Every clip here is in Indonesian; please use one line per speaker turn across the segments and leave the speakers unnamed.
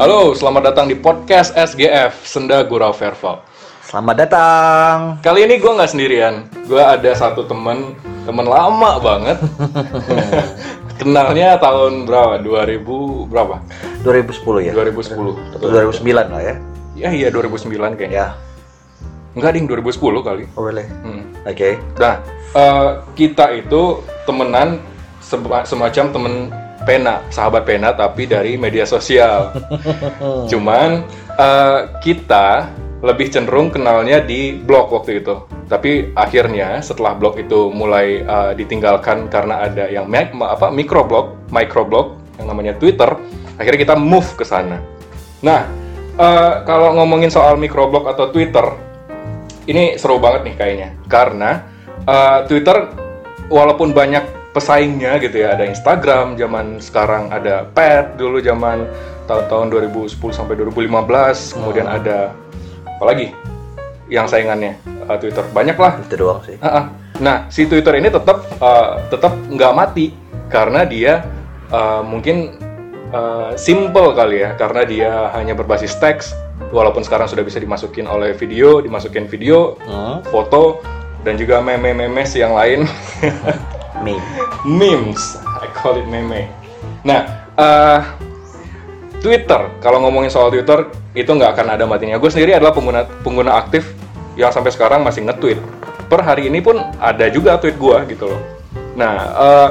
Halo, selamat datang di podcast SGF Senda Gurau Verval.
Selamat datang.
Kali ini gue nggak sendirian, gue ada satu temen, temen lama banget. Kenalnya tahun berapa? 2000 berapa?
2010 ya.
2010.
2009 lah ya.
Ya iya 2009 kayaknya.
Ya,
Enggak ding 2010 kali.
oh boleh.
Hmm.
Oke.
Nah, eh, kita itu temenan sema- semacam temen pena, sahabat pena tapi dari media sosial. Cuman eh, kita lebih cenderung kenalnya di blog waktu itu. Tapi akhirnya setelah blog itu mulai eh, ditinggalkan karena ada yang mic- ma- apa microblog, microblog yang namanya Twitter, akhirnya kita move ke sana. Nah, eh, kalau ngomongin soal microblog atau Twitter, ini seru banget nih kayaknya karena eh, Twitter walaupun banyak pesaingnya gitu ya ada Instagram zaman sekarang ada Pet dulu zaman tahun-tahun 2010 sampai 2015 kemudian ada apa lagi yang saingannya eh, Twitter banyak lah
Itu doang sih.
Ah, ah. Nah, si Twitter ini tetap eh, tetap nggak mati karena dia eh, mungkin eh, simple kali ya, karena dia hanya berbasis teks. Walaupun sekarang sudah bisa dimasukin oleh video, dimasukin video,
Hmm.
foto, dan juga meme-memes yang lain.
Meme.
memes, I call it meme. Nah, eh, Twitter, kalau ngomongin soal Twitter itu nggak akan ada matinya. Gue sendiri adalah pengguna pengguna aktif yang sampai sekarang masih nge-tweet. Per hari ini pun ada juga tweet gue gitu loh. Nah, eh,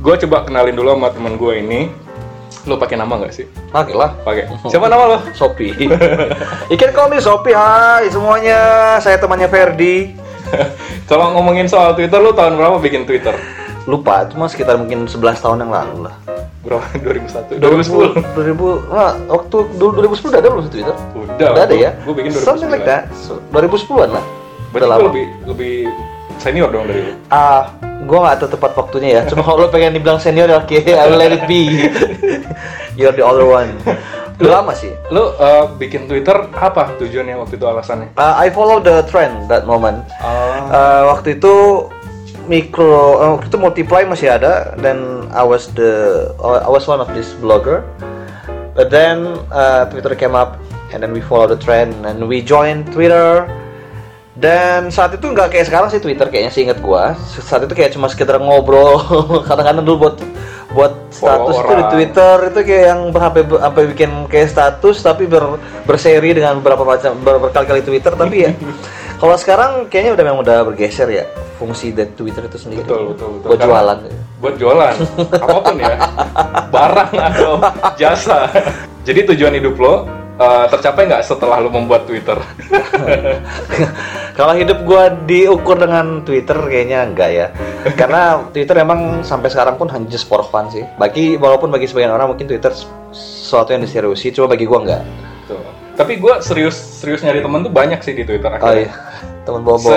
gue coba kenalin dulu sama temen gue ini. Lo pakai nama nggak sih?
Pakai lah.
Pakai. Siapa nama lo?
Shopee. you can call me Shopee. Hai semuanya. Saya temannya Ferdi.
kalau ngomongin soal Twitter, lo tahun berapa bikin Twitter?
Lupa, cuma sekitar mungkin 11 tahun yang lalu lah.
Berapa? 2001? 2010?
2000, nah, waktu dulu 2010 udah ada belum sih Twitter?
Udah.
Udah ada ya?
Gue bikin 2009.
Something like that. So, 2010-an lah.
Berarti gue lebih lebih senior dong dari lo.
Ah, gue gak tahu tepat waktunya ya. Cuma kalau lo pengen dibilang senior ya oke, I will let it be. You're the older one. Udah lama sih.
Lo uh, bikin Twitter apa tujuannya waktu itu alasannya?
Ah, I follow the trend that moment. Ah, waktu itu mikro, eh, waktu itu multiply masih ada dan I was the, I was one of this blogger. But then uh, Twitter came up and then we follow the trend and we join Twitter. Dan saat itu nggak kayak sekarang sih Twitter kayaknya sih inget gua. Saat itu kayak cuma sekedar ngobrol. Kadang-kadang dulu buat buat
Follow
status tuh di
orang.
Twitter itu kayak yang sampai sampai bikin kayak status tapi ber, berseri dengan beberapa macam ber- berkali-kali Twitter tapi ya kalau sekarang kayaknya udah memang udah bergeser ya fungsi dari Twitter itu sendiri.
Betul, betul, betul.
Buat
Karena-
jualan.
buat jualan apapun ya barang atau jasa jadi tujuan hidup lo uh, tercapai nggak setelah lo membuat Twitter
Kalau hidup gua diukur dengan Twitter kayaknya enggak ya. Karena Twitter emang sampai sekarang pun hanya just for fun sih. Bagi walaupun bagi sebagian orang mungkin Twitter sesuatu yang diseriusi, cuma bagi gua enggak.
Tuh. tapi gue serius serius nyari temen tuh banyak sih di Twitter
Oh
akhirnya
iya. Temen bobo.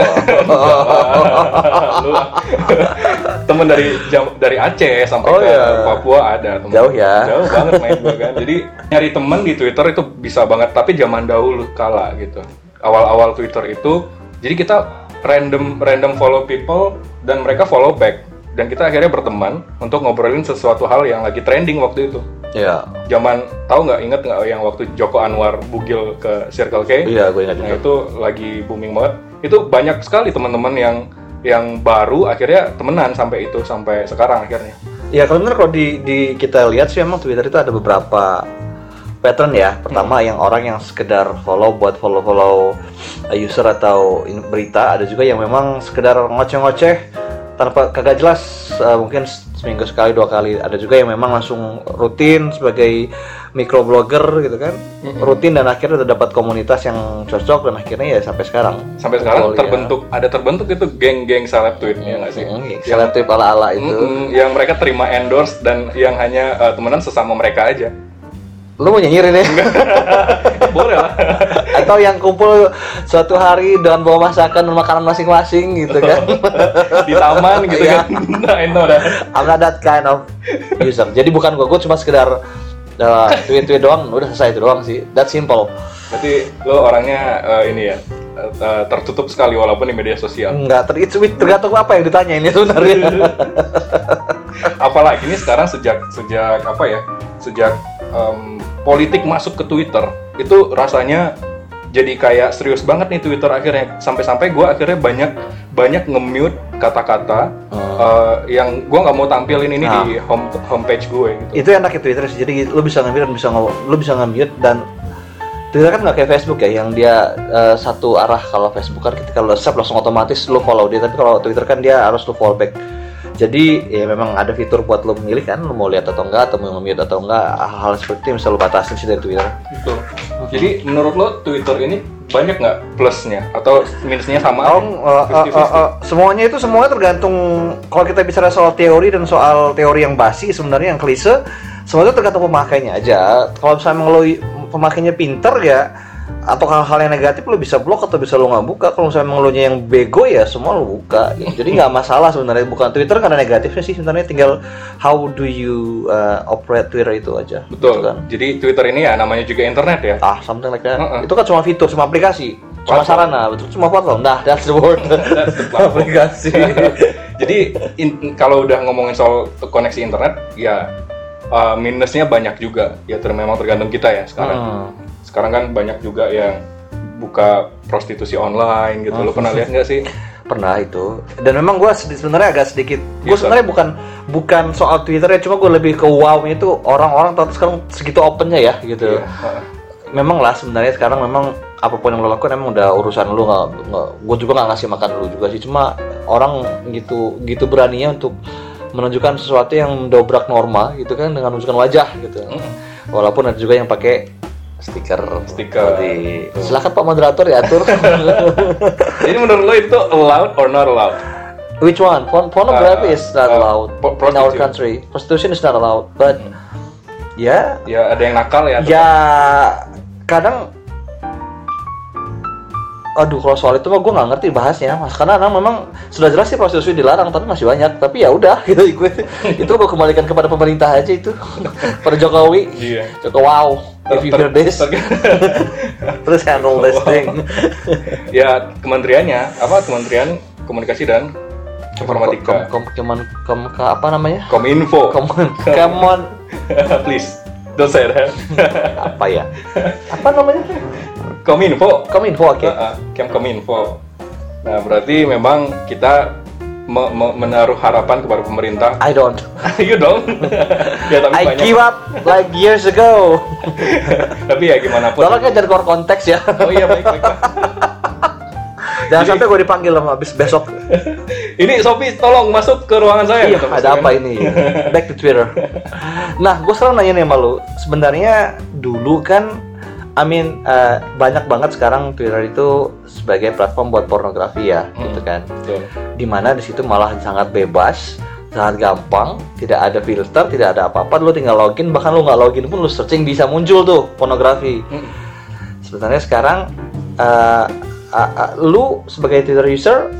Lu lah. temen dari jam- dari Aceh sampai
Oh,
ke
iya.
Papua ada temen.
Jauh ya.
jauh banget main gue kan jadi nyari temen di Twitter itu bisa banget tapi zaman dahulu kala gitu awal-awal Twitter itu jadi kita random random follow people dan mereka follow back dan kita akhirnya berteman untuk ngobrolin sesuatu hal yang lagi trending waktu itu
Iya.
zaman tahu nggak inget nggak yang waktu Joko Anwar bugil ke Circle K
Iya, gue ingat
Nah itu lagi booming banget. Itu banyak sekali teman-teman yang yang baru akhirnya temenan sampai itu sampai sekarang akhirnya.
Ya kalau benar kalau di, di kita lihat sih emang Twitter itu ada beberapa pattern ya. Pertama yang orang yang sekedar follow buat follow-follow eh, user atau in- berita, ada juga yang memang sekedar ngoceh-ngoceh tanpa kagak jelas eh, mungkin s- seminggu sekali dua kali. Ada juga yang memang langsung rutin sebagai microblogger gitu kan. Rutin dan akhirnya dapat komunitas yang cocok dan akhirnya ya sampai sekarang.
Sampai sekarang
Kumpul, ya.
terbentuk ada terbentuk itu geng-geng seleb tweet ya Hmm. nggak sih?
Hmm, selektif ala-ala itu.
Mm-mm, yang mereka terima endorse dan yang hanya eh, temenan sesama mereka aja.
Lu mau nyinyirin ya?
Boleh lah.
atau yang kumpul suatu hari dengan bawa masakan dan makanan masing-masing gitu kan
Di taman gitu
Iya.
kan. Nah, itu udah.
I'm not that kind of user jadi bukan gua gua cuma sekedar uh, tweet-tweet doang udah selesai itu doang sih that simple
Berarti lo orangnya eh, ini ya eh, eh, tertutup sekali walaupun di media sosial.
nggak ter it's- tergantung apa yang ditanya ini sebenarnya
apalagi ini sekarang sejak sejak apa ya sejak em, politik masuk ke Twitter itu rasanya jadi kayak serius banget nih Twitter akhirnya sampai-sampai gue akhirnya banyak banyak nge-mute kata-kata
Oh.
eh, yang gue nggak mau tampilin ini
Nah.
di home homepage gue gitu.
itu enak ya Twitter sih jadi lo bisa nge-mute dan bisa nge lo bisa nge-mute dan Twitter kan nggak kayak Facebook ya yang dia eh, satu arah kalau Facebook kan ketika lo accept langsung otomatis lo follow dia tapi kalau Twitter kan dia harus lo follow back jadi ya memang ada fitur buat lo memilih kan lo mau lihat atau enggak atau mau nge-mute atau enggak hal-hal seperti itu yang bisa lo batasin sih dari Twitter
Gitu. Jadi menurut lo Twitter ini banyak nggak plusnya atau minusnya sama? ya.
Oh,
aja?
eh, eh, eh,
50-50?
eh, semuanya itu semuanya tergantung kalau kita bicara soal teori dan soal teori yang basi sebenarnya yang klise semuanya tergantung pemakainya aja kalau misalnya emang lo i- pemakainya pinter ya atau hal-hal yang negatif lo bisa blok atau bisa lo nggak buka kalau misalnya emang lo nya yang bego ya semua lo buka gitu. jadi nggak masalah sebenarnya bukan Twitter karena negatifnya sih sebenarnya tinggal how do you eh, operate Twitter itu aja
Betul.
Gitu kan
Jadi Twitter ini ya namanya juga internet ya.
ah something like that
Heeh.
itu kan cuma fitur cuma aplikasi cuma
Platform.
sarana betul cuma platform nah that's the word
That's the platform.
aplikasi
Jadi in- kalau udah ngomongin soal koneksi internet, ya uh, minusnya banyak juga. Ya ter memang tergantung kita ya sekarang.
Hmm.
Sekarang kan banyak juga yang buka prostitusi online gitu. Lo pernah lihat nggak sih?
pernah itu dan memang gue sebenarnya agak sedikit gue
Gitu.
sebenarnya bukan bukan soal Twitter ya cuma gue lebih ke wow-nya itu orang-orang tahu sekarang segitu opennya ya gitu
Heeh.
memang lah sebenarnya sekarang memang apapun yang lo lakukan emang udah urusan lu nggak gue juga nggak ngasih makan lu juga sih cuma orang gitu gitu beraninya untuk menunjukkan sesuatu yang mendobrak norma gitu kan dengan menunjukkan wajah gitu walaupun ada juga yang pakai stiker
Stiker.
Seperti- silakan pak moderator ya, diatur
Jadi menurut lo itu allowed or not allowed?
which one Porn- pornography is not
uh,
allowed
po-
in
prostitute.
our
Hmm.
country prostitution is not allowed but ya
Ya ada yang nakal ya. tetap.
ya kadang aduh kalau soal itu mah gue nggak ngerti bahasnya mas karena anak memang sudah jelas sih prostitusi dilarang tapi masih banyak tapi ya udah gitu gue itu gue kembalikan kepada pemerintah aja itu pada Jokowi
Iya.
Jokowi wow if you hear this
Ter-
please handle this thing
ya kementeriannya apa? Kementerian Komunikasi dan
kom,
Informatika.
kom, kemen- kom- ke- apa namanya
Kominfo.
come on come on
Please don't say that.
apa ya apa namanya
Kominfo.
kominfo oke
Heeh, Kemkominfo. Nah, berarti memang kita me- me- menaruh harapan kepada pemerintah.
I don't
Ayo dong. ya tapi
I
banyak.
give up like years ago
tapi ya gimana pun.
Tolong ya jangan keluar konteks ya.
Oh iya baik baik. baik.
Jangan sampai gue dipanggil sama abis besok.
ini Sofi tolong masuk ke ruangan saya. ya?
Iya,
Kata Mas
ada
Rian.
apa ini? Back to Twitter. Nah, gue sekarang nanya nih sama lu. Sebenarnya dulu kan, I mean, eh, banyak banget sekarang Twitter itu sebagai platform buat pornografi ya, gitu
Hmm.
kan.
Betul.
Dimana di situ malah sangat bebas, sangat gampang, tidak ada filter, tidak ada apa-apa. Lu tinggal login, bahkan lu nggak login pun lu searching bisa muncul tuh pornografi.
Mm.
sebenarnya sekarang eh, eh, eh, lu sebagai Twitter user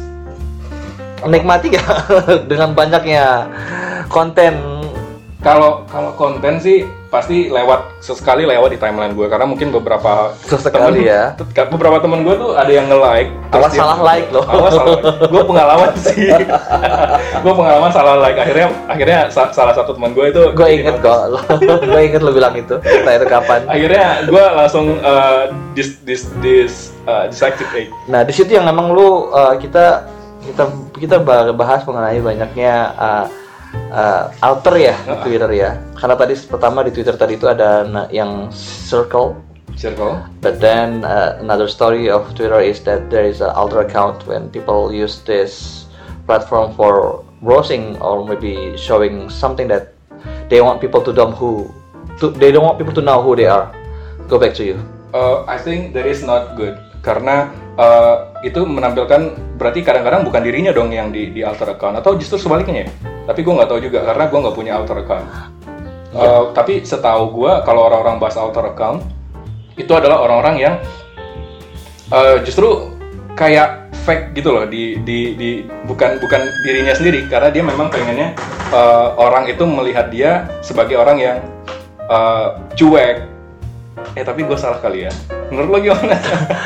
menikmati gak dengan banyaknya konten
Kalau kalau konten sih pasti lewat sesekali lewat di timeline gue karena mungkin beberapa temen-
Sesekali ya.
te- beberapa teman gue tuh ada yang nge-like terus
Awas
dia-
salah like loh.
awas salah gue pengalaman sih gue pengalaman salah like akhirnya akhirnya sa- salah satu teman gue itu
gue inget kok gue inget lo bilang itu entah itu kapan
akhirnya gue langsung uh, dis dis dis uh, disactivate
nah di situ yang memang lu eh, kita kita kita ba- bahas mengenai banyaknya eh, eh, alter ya di Twitter ya karena tadi pertama di Twitter tadi itu ada na- yang circle
circle
But then uh, another story of Twitter is that there is an alter account when people use this platform for browsing or maybe showing something that they want people to know who to, they don't want people to know who they are. Go back to you.
Uh, I think that is not good karena uh, itu menampilkan berarti kadang-kadang bukan dirinya dong yang di, di alter account atau justru sebaliknya ya. Tapi gue nggak tahu juga karena gue nggak punya alter account. Uh, tapi setahu gue kalau orang-orang bahas alter account itu adalah orang-orang yang uh, justru kayak fake gitu loh di, di di bukan bukan dirinya sendiri karena dia memang pengennya uh, orang itu melihat dia sebagai orang yang uh, cuek eh tapi gue salah kali ya menurut lo gimana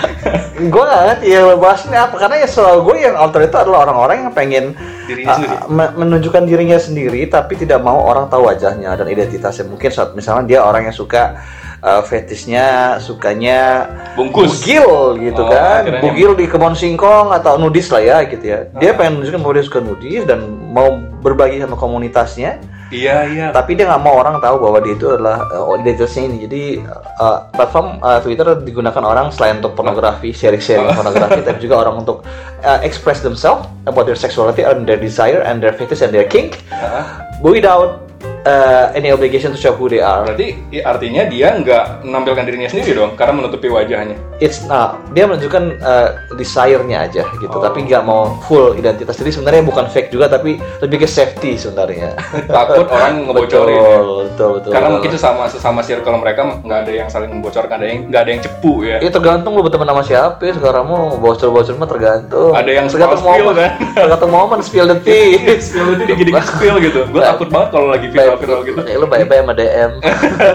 gue gak ngerti ya lo bahasnya apa karena ya selalu gue yang alter itu adalah orang-orang yang pengen
Dirinya
uh,
sendiri.
me- menunjukkan dirinya sendiri tapi tidak mau orang tahu wajahnya dan identitasnya mungkin saat misalnya dia orang yang suka eh, fetishnya sukanya
Bungkus.
bugil gitu
Oh,
kan
kirain
bugil di kebun singkong atau nudis lah ya gitu ya
Ah.
dia pengen menunjukkan bahwa dia suka nudis dan mau berbagi sama komunitasnya
Iya iya.
tapi dia nggak mau orang tahu bahwa dia itu adalah uh, identitasnya ini jadi uh, platform uh, Twitter digunakan orang selain untuk pornografi sharing-sharing
Oh.
pornografi tapi juga orang untuk uh, express themselves about their sexuality and their desire and their fetish and their kink
Uh-huh.
without uh, any obligation to show who they are
Berarti i- artinya dia nggak menampilkan dirinya sendiri dong, karena menutupi wajahnya.
it's nah, dia menunjukkan uh, desire-nya aja
Oh.
gitu tapi nggak mau full identitas jadi sebenarnya bukan fake juga tapi lebih ke safety sebenarnya
Takut orang ngebocorin. ya.
betul, betul, betul,
Karena
betul.
mungkin sesama sesama circle mereka nggak ada yang saling membocorkan, ada yang nggak ada yang cepu ya.
Ya tergantung lu berteman sama siapa ya. Sekarang mau bocor-bocor mah tergantung.
Ada yang
tergantung
spill,
momen,
kan?
tergantung momen spill the tea.
Spill itu digigit spill gitu. Gue takut banget kalau lagi viral viral gitu.
Eh, lu bayar sama DM.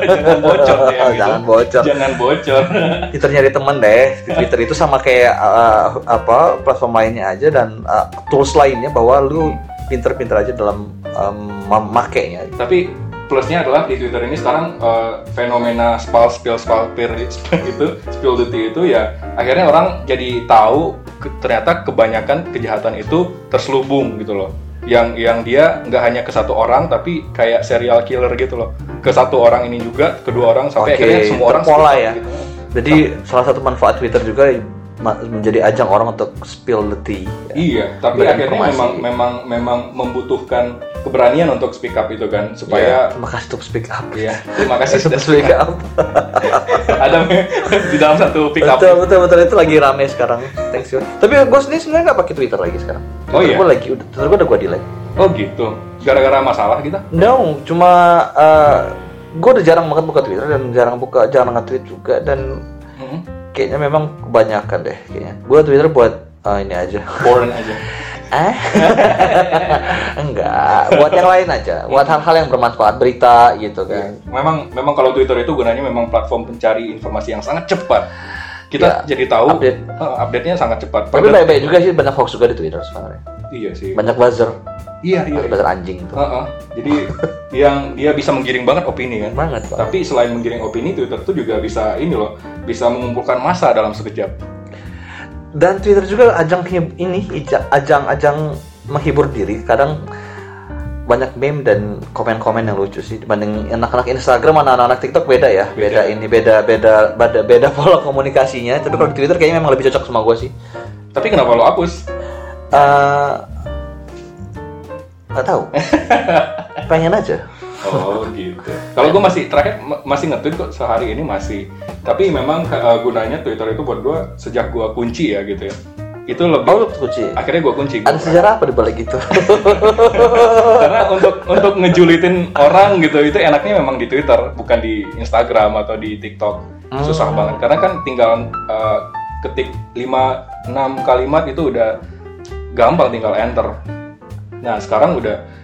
Jangan bocor ya. gitu.
Jangan bocor.
Jangan bocor.
Twitter nyari teman deh. Di Twitter itu sama kayak uh, apa platform lainnya aja dan uh, tools lainnya bahwa lu pinter-pinter aja dalam um, memakainya.
Tapi plusnya adalah di Twitter ini sekarang eh, fenomena spal spill spal peer spill itu spill the tea itu ya akhirnya orang jadi tahu ke- ternyata kebanyakan kejahatan itu terselubung gitu loh yang yang dia nggak hanya ke satu orang tapi kayak serial killer gitu loh ke satu orang ini juga kedua orang sampai
Oke,
akhirnya semua orang
terpola
sepakat
ya.
gitu.
Jadi salah satu manfaat Twitter juga ma- menjadi ajang orang untuk spill the tea.
Iya, tapi
Berinformasi.
akhirnya memang memang memang membutuhkan keberanian untuk speak up itu kan supaya
Terima kasih untuk speak up.
Iya, terima kasih
Kasih
sudah
untuk speak up.
ada di dalam satu pick up.
betul betul betul itu lagi rame sekarang thanks you tapi gue sendiri sebenarnya nggak pakai twitter lagi sekarang
Oh,
Twitter
iya?
gue lagi udah twitter gue udah gue delete
Oh gitu. Gara-gara masalah kita.
no cuma gue udah jarang banget buka twitter dan jarang buka jarang nge-tweet juga dan
Mhm.
kayaknya memang kebanyakan deh kayaknya gue twitter buat eh, ini aja
Boring aja.
Eh? enggak buat yang lain aja buat hal-hal yang bermanfaat berita gitu kan
Ya, Iya. Memang memang kalau Twitter itu gunanya memang platform pencari informasi yang sangat cepat. Kita jadi tahu
Iya. update.
eh, update-nya sangat cepat.
tapi
Padahal-
baik-baik juga sih banyak hoax juga di twitter sebenarnya
iya sih.
banyak buzzer
Iya, iya. iya.
buzzer anjing tuh
Heeh. Jadi yang dia bisa menggiring banget opini kan.
banget Pak.
Tapi selain menggiring opini, Twitter tuh juga bisa ini loh, bisa mengumpulkan massa dalam sekejap.
dan Twitter juga ajang hib- ini ija- ajang-ajang menghibur diri kadang banyak meme dan komen-komen yang lucu sih dibanding anak-anak Instagram sama anak-anak TikTok beda ya
Beda.
beda, ini beda beda beda beda pola komunikasinya tapi kalau di Twitter kayaknya memang lebih cocok sama gue sih
Tapi kenapa lo hapus?
Eh, nggak tahu pengen aja
Oh gitu. Kalau gue masih terakhir ma- masih nge-tweet kok sehari ini masih. Tapi memang uh, gunanya Twitter itu buat gue sejak gue kunci ya gitu ya. Itu
oh
lebih
lu kunci
akhirnya gue kunci. Gua
ada sejarah apa di balik itu
Karena untuk untuk ngejulitin orang gitu itu enaknya memang di Twitter bukan di Instagram atau di TikTok. Susah banget karena kan tinggal uh, ketik 5 6 kalimat itu udah gampang tinggal enter. Nah, sekarang udah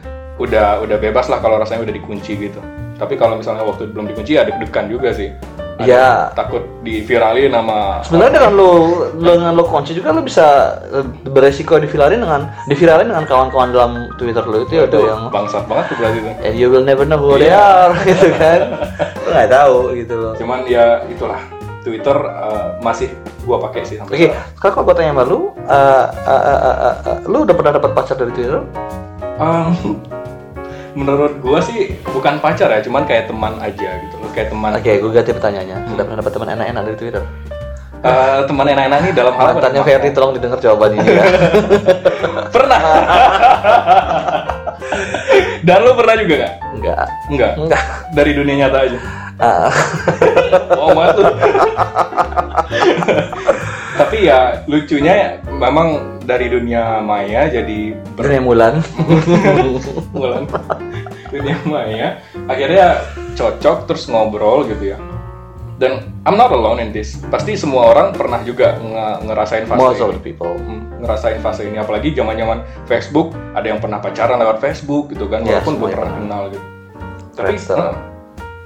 udah udah bebas lah kalau rasanya udah dikunci gitu. Tapi kalau misalnya waktu belum dikunci ya deg-degan juga sih. Ada
ya
Takut diviralin sama
Sebenarnya dengan lo dengan lo kunci juga lo bisa eh, beresiko diviralin dengan diviralin dengan kawan-kawan dalam Twitter lo itu ya ada
Tuh,
yang
bangsat banget tuh berarti tuh.
and you will never know who they are gitu kan. Lo nggak tahu gitu loh.
Cuman ya itulah Twitter uh, masih gua pakai sih sampai
Oke, sekarang kalau gue tanya sama lu, eh, eh, eh, eh, eh, eh, lu udah pernah dapat pacar dari Twitter?
Em, menurut gua sih bukan pacar ya, cuman kayak teman aja gitu loh, kayak teman.
Oke, gue ganti pertanyaannya. Udah pernah dapat teman enak-enak dari Twitter?
Eh, teman enak-enak nih dalam hal apa?
Mantannya Ferdi, tolong didengar jawaban ini ya.
Pernah. Dan lo pernah juga nggak?
Enggak,
Enggak.
enggak.
Dari dunia nyata aja.
Ah.
Oh, banget lu. Tapi ya lucunya ya, memang dari dunia maya jadi ber-
Dunia Mulan.
Mulan dunia maya akhirnya cocok terus ngobrol gitu ya dan I'm not alone in this pasti semua orang pernah juga nge- ngerasain fase
Most
ini
of the people.
Hmm, ngerasain fase ini apalagi zaman zaman Facebook ada yang pernah pacaran lewat Facebook gitu kan
Ya,
walaupun gue
semuanya
pernah kenal gitu tapi
Friendster.
hmm,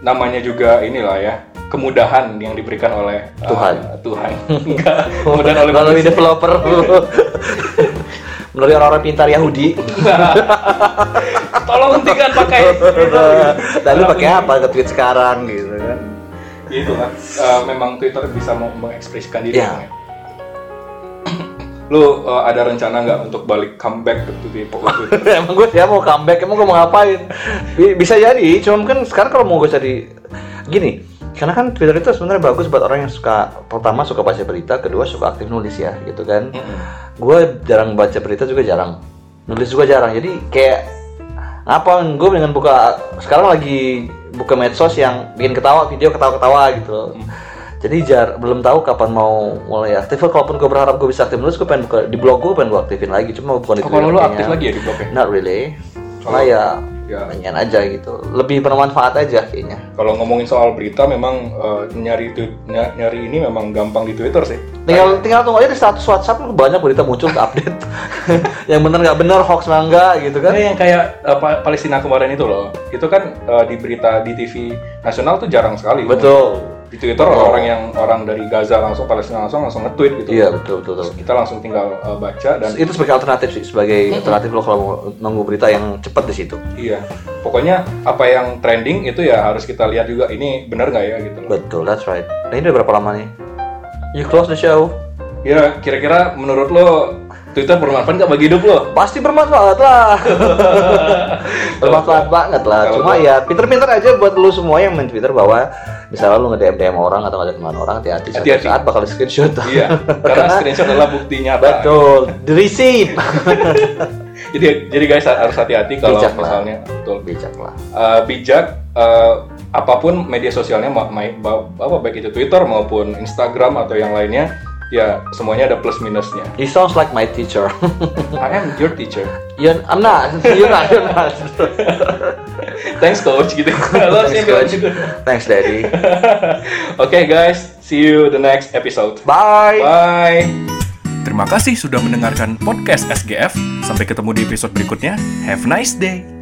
namanya juga inilah ya kemudahan yang diberikan oleh uh,
Tuhan.
Tuhan enggak kemudahan oleh
melalui
manusia.
developer melalui orang-orang pintar Yahudi
tolong hentikan pakai
lalu pakai apa ke tweet sekarang gitu kan
itu kan eh, memang Twitter bisa mau mengekspresikan diri.
Iya.
kan, ya. Lu eh, ada rencana nggak untuk balik comeback ke Twitter? ke Twitter?
emang gue ya mau comeback, emang gue mau ngapain? Bi- Bisa jadi, cuman kan sekarang kalau mau gue jadi gini, karena kan Twitter itu sebenarnya bagus buat orang yang suka pertama suka baca berita, kedua suka aktif nulis ya, gitu kan. Gue jarang baca berita juga jarang, nulis juga jarang. Jadi kayak apa? Gue dengan buka sekarang lagi buka medsos yang bikin ketawa, video ketawa-ketawa gitu. loh.
Mm.
Jadi jar belum tahu kapan mau mulai aktif. Kalaupun gue berharap gue bisa aktif nulis, gue pengen buka di blog gue pengen gue aktifin lagi. Cuma bukan di
Oh, kalau
Twitter
lu
kayaknya.
aktif lagi ya di blognya?
Eh, Not really. Cuma
Oh.
ya,
Ya.
pengen aja gitu. Lebih bermanfaat aja kayaknya.
Kalau ngomongin soal berita, memang eh, nyari tu- ny- nyari ini memang gampang di Twitter sih.
Tinggal tinggal tunggu aja di status WhatsApp lu banyak berita muncul ke update. yang bener nggak bener hoax nggak enggak gitu kan.
Nah, yang kayak eh, Pa- Palestina kemarin itu loh, itu kan eh, di berita di TV nasional tuh jarang sekali.
Betul. Oh.
Di Twitter orang yang orang dari Gaza langsung Palestina langsung langsung nge-tweet gitu.
Iya betul betul. betul.
Kita langsung tinggal eh, baca dan
Itu sebagai alternatif sih, sebagai alternatif lo kalau mau nunggu berita yang cepat di situ.
Iya, pokoknya apa yang trending itu ya harus kita lihat juga ini benar nggak ya gitu loh.
Betul, that's right. Nah, ini udah berapa lama nih? You close the show.
Ya kira-kira menurut lo Twitter bermanfaat nggak bagi hidup lo?
Pasti bermanfaat lah. bermanfaat banget lah.
Kalau
Cuma ya pinter-pinter aja buat lu semua yang main Twitter bahwa misalnya lu nge-DM DM orang atau ngajak teman orang hati-hati suatu
Hati-hati.
saat bakal di screenshot.
Iya, karena screenshot adalah bukti nyata.
Betul, di receipt.
Jadi jadi guys harus hati-hati kalau
Bijak lah.
misalnya betul
Bijak lah.
Eh, bijak eh, apapun media sosialnya ma- ma- ba- apa baik itu Twitter maupun Instagram atau yang lainnya ya semuanya ada plus minusnya.
You sounds like my teacher.
I am your teacher.
you're, I'm not. You're not. You're not.
Thanks coach gitu. Lo harusnya
Thanks,
bilang
coach.
gitu.
Thanks, Daddy.
okay, guys, see you the next episode.
Bye.
Bye. Terima kasih sudah mendengarkan podcast SGF. Sampai ketemu di episode berikutnya. Have a nice day.